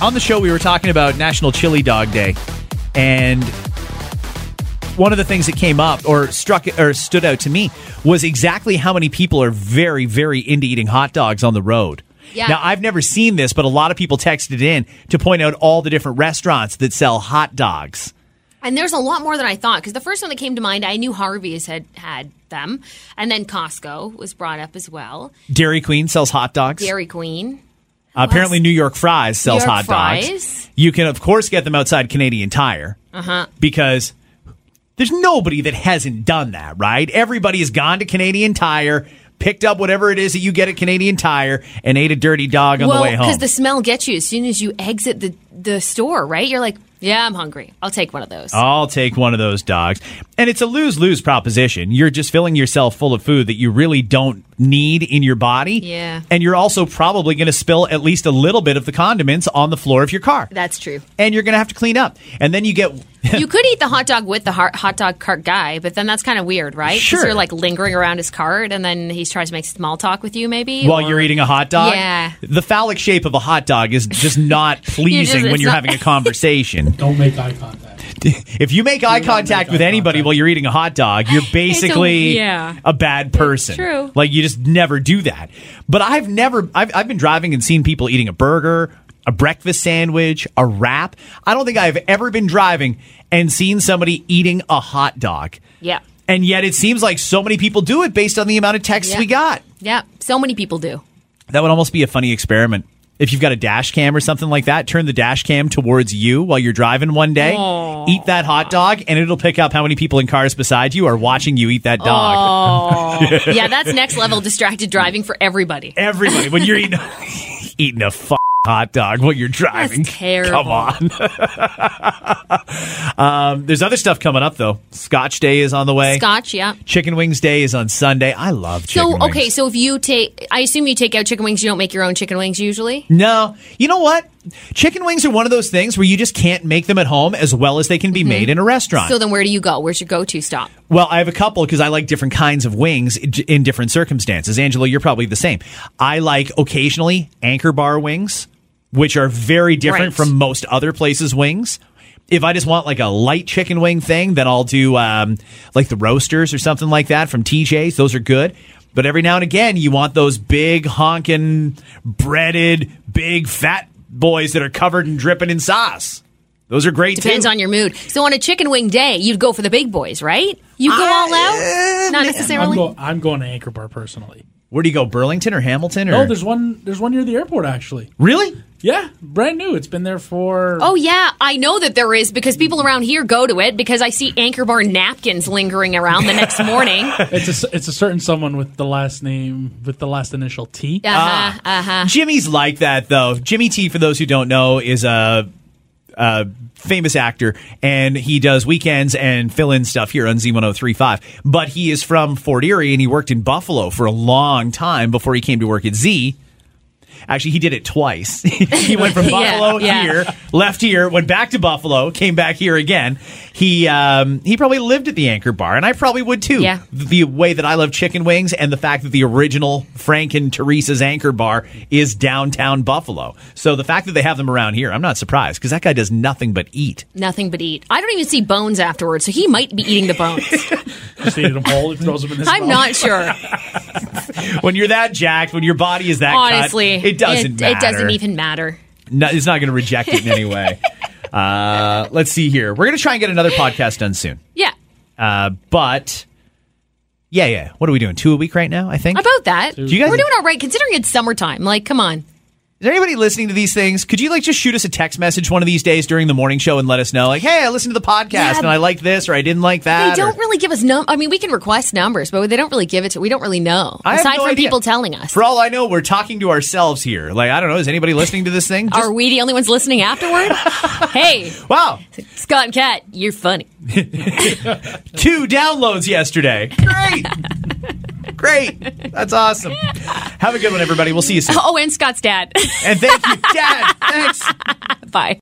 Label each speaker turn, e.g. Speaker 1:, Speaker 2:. Speaker 1: on the show, we were talking about National Chili Dog Day, and one of the things that came up or struck or stood out to me was exactly how many people are very, very into eating hot dogs on the road.
Speaker 2: Yeah.
Speaker 1: Now I've never seen this, but a lot of people texted in to point out all the different restaurants that sell hot dogs.
Speaker 2: And there's a lot more than I thought because the first one that came to mind, I knew Harvey's had had them, and then Costco was brought up as well.
Speaker 1: Dairy Queen sells hot dogs.
Speaker 2: Dairy Queen,
Speaker 1: Uh, apparently, New York Fries sells
Speaker 2: York
Speaker 1: hot dogs.
Speaker 2: Fries. Uh-huh.
Speaker 1: You can, of course, get them outside Canadian Tire because there's nobody that hasn't done that, right? Everybody has gone to Canadian Tire, picked up whatever it is that you get at Canadian Tire, and ate a dirty dog on
Speaker 2: well,
Speaker 1: the way home.
Speaker 2: because the smell gets you as soon as you exit the the store, right? You're like, yeah, I'm hungry. I'll take one of those.
Speaker 1: I'll take one of those dogs. And it's a lose lose proposition. You're just filling yourself full of food that you really don't need in your body.
Speaker 2: Yeah.
Speaker 1: And you're also probably going to spill at least a little bit of the condiments on the floor of your car.
Speaker 2: That's true.
Speaker 1: and you're going to have to clean up. And then you get
Speaker 2: you could eat the hot dog with the hot, hot dog cart guy, but then that's kind of weird, right? 'Cause
Speaker 1: Sure.
Speaker 2: You're like lingering around his cart, and then he tries to make small talk with you, maybe
Speaker 1: while
Speaker 2: or-
Speaker 1: you're eating a hot dog.
Speaker 2: Yeah.
Speaker 1: The phallic shape of a hot dog is just not pleasing when
Speaker 2: it's
Speaker 1: you're
Speaker 2: not-
Speaker 1: having a conversation.
Speaker 3: Don't make eye contact.
Speaker 1: if you make eye contact
Speaker 3: make
Speaker 1: with
Speaker 3: eye
Speaker 1: anybody
Speaker 3: contact.
Speaker 1: while you're eating a hot dog, you're basically
Speaker 2: yeah.
Speaker 1: a bad person.
Speaker 2: true.
Speaker 1: Like you just never do that. But I've never I've I've been driving and seen people eating a burger, a breakfast sandwich, a wrap. I don't think I've ever been driving and seen somebody eating a hot dog.
Speaker 2: Yeah.
Speaker 1: And yet it seems like so many people do it based on the amount of texts
Speaker 2: Yeah.
Speaker 1: we got.
Speaker 2: Yeah, so many people do.
Speaker 1: That would almost be a funny experiment. If you've got a dash cam or something like that, turn the dash cam towards you while you're driving one day. Eat that hot dog, and it'll pick up how many people in cars beside you are watching you eat that dog.
Speaker 2: yeah, that's next level distracted driving for everybody.
Speaker 1: Everybody, when you're eating, eating a f- hot dog while you're driving.
Speaker 2: terrible.
Speaker 1: Come on. um, there's other stuff coming up, though. Scotch Day is on the way.
Speaker 2: Scotch, yeah.
Speaker 1: Chicken Wings Day is on Sunday. I love chicken
Speaker 2: So
Speaker 1: wings.
Speaker 2: okay, so if you take, I assume you take out chicken wings. You don't make your own chicken wings usually.
Speaker 1: No. You know what? Chicken wings are one of those things where you just can't make them at home as well as they can be made in a restaurant.
Speaker 2: Mm-hmm. So then, where do you go? Where's your go-to stop?
Speaker 1: well, I have a couple because I like different kinds of wings i- in different circumstances. Angela, you're probably the same. I like occasionally anchor bar wings, which are very different
Speaker 2: Right.
Speaker 1: from most other places' wings. If I just want like a light chicken wing thing, then I'll do um, like the roasters or something like that from TJ's. Those are good. But every now and again, you want those big, honking, breaded, big, fat boys that are covered and dripping in sauce. Those are great
Speaker 2: Depends
Speaker 1: too.
Speaker 2: on your mood. So on a chicken wing day, you'd go for the big boys, right? You go
Speaker 1: I-
Speaker 2: all out,
Speaker 1: uh,
Speaker 2: not
Speaker 3: I'm,
Speaker 2: necessarily.
Speaker 3: go- I'm going to Anchor Bar personally.
Speaker 1: Where do you go, Burlington or Hamilton? Or
Speaker 3: No, Oh, there's one. There's one near the airport actually.
Speaker 1: really.
Speaker 3: Yeah, brand new. It's been there for.
Speaker 2: Oh yeah, I know that there is because people around here go to it because I see Anchor Bar napkins lingering around the next morning. Uh-huh,
Speaker 3: It's a, it's a certain someone with the last name with the last initial T.
Speaker 1: Ah.
Speaker 2: uh-huh.
Speaker 1: Jimmy's like that though. Jimmy T, for those who don't know, is a, a famous actor, and he does weekends and fill-in stuff here on Z1035. But he is from Fort Erie, and he worked in Buffalo for a long time before he came to work at Z. Actually, he did it twice. he went from
Speaker 2: Yeah,
Speaker 1: Buffalo
Speaker 2: yeah.
Speaker 1: here, left here, went back to Buffalo, came back here again. He um, he probably lived at the Anchor Bar, and I probably would too.
Speaker 2: Yeah.
Speaker 1: The way that I love chicken wings, and the fact that the original Frank and Teresa's Anchor Bar is downtown Buffalo. So the fact that they have them around here, I'm not surprised because that guy does nothing but eat.
Speaker 2: Nothing but eat. I don't even see bones afterwards, so he might be eating the bones.
Speaker 3: Just eating them whole. It throws them in his
Speaker 2: I'm
Speaker 3: mouth.
Speaker 2: not sure.
Speaker 1: When you're that jacked, when your body is that cut,
Speaker 2: Honestly,
Speaker 1: it doesn't
Speaker 2: it,
Speaker 1: matter.
Speaker 2: It doesn't even matter.
Speaker 1: No, it's not going to reject it in any way. Uh, let's see here. We're going to try and get another podcast done soon.
Speaker 2: Yeah,
Speaker 1: Uh, but yeah, yeah. What are we doing? Two a week right now, I think.
Speaker 2: about that.
Speaker 1: Do you guys-
Speaker 2: We're doing all right considering it's summertime. Like, come on.
Speaker 1: Is there anybody listening to these things? Could you like just shoot us a text message one of these days during the morning show and let us know, like, hey, I listened to the podcast
Speaker 2: Yeah.
Speaker 1: and I liked this or I didn't like that.
Speaker 2: They
Speaker 1: or-
Speaker 2: don't really give us num. I mean, we can request numbers, but they don't really give it to. We don't really know.
Speaker 1: I have
Speaker 2: aside
Speaker 1: no
Speaker 2: from
Speaker 1: idea.
Speaker 2: people telling us,
Speaker 1: For all I know, we're talking to ourselves here. Like, I don't know. Is anybody listening to this thing? Just-
Speaker 2: are we the only ones listening afterward? hey,
Speaker 1: wow,
Speaker 2: Scott and Kat, you're funny.
Speaker 1: two downloads yesterday. Great, great. That's awesome. Have a good one, everybody. We'll see you soon.
Speaker 2: Oh, and Scott's dad.
Speaker 1: And thank you, Dad. Thanks.
Speaker 2: Bye.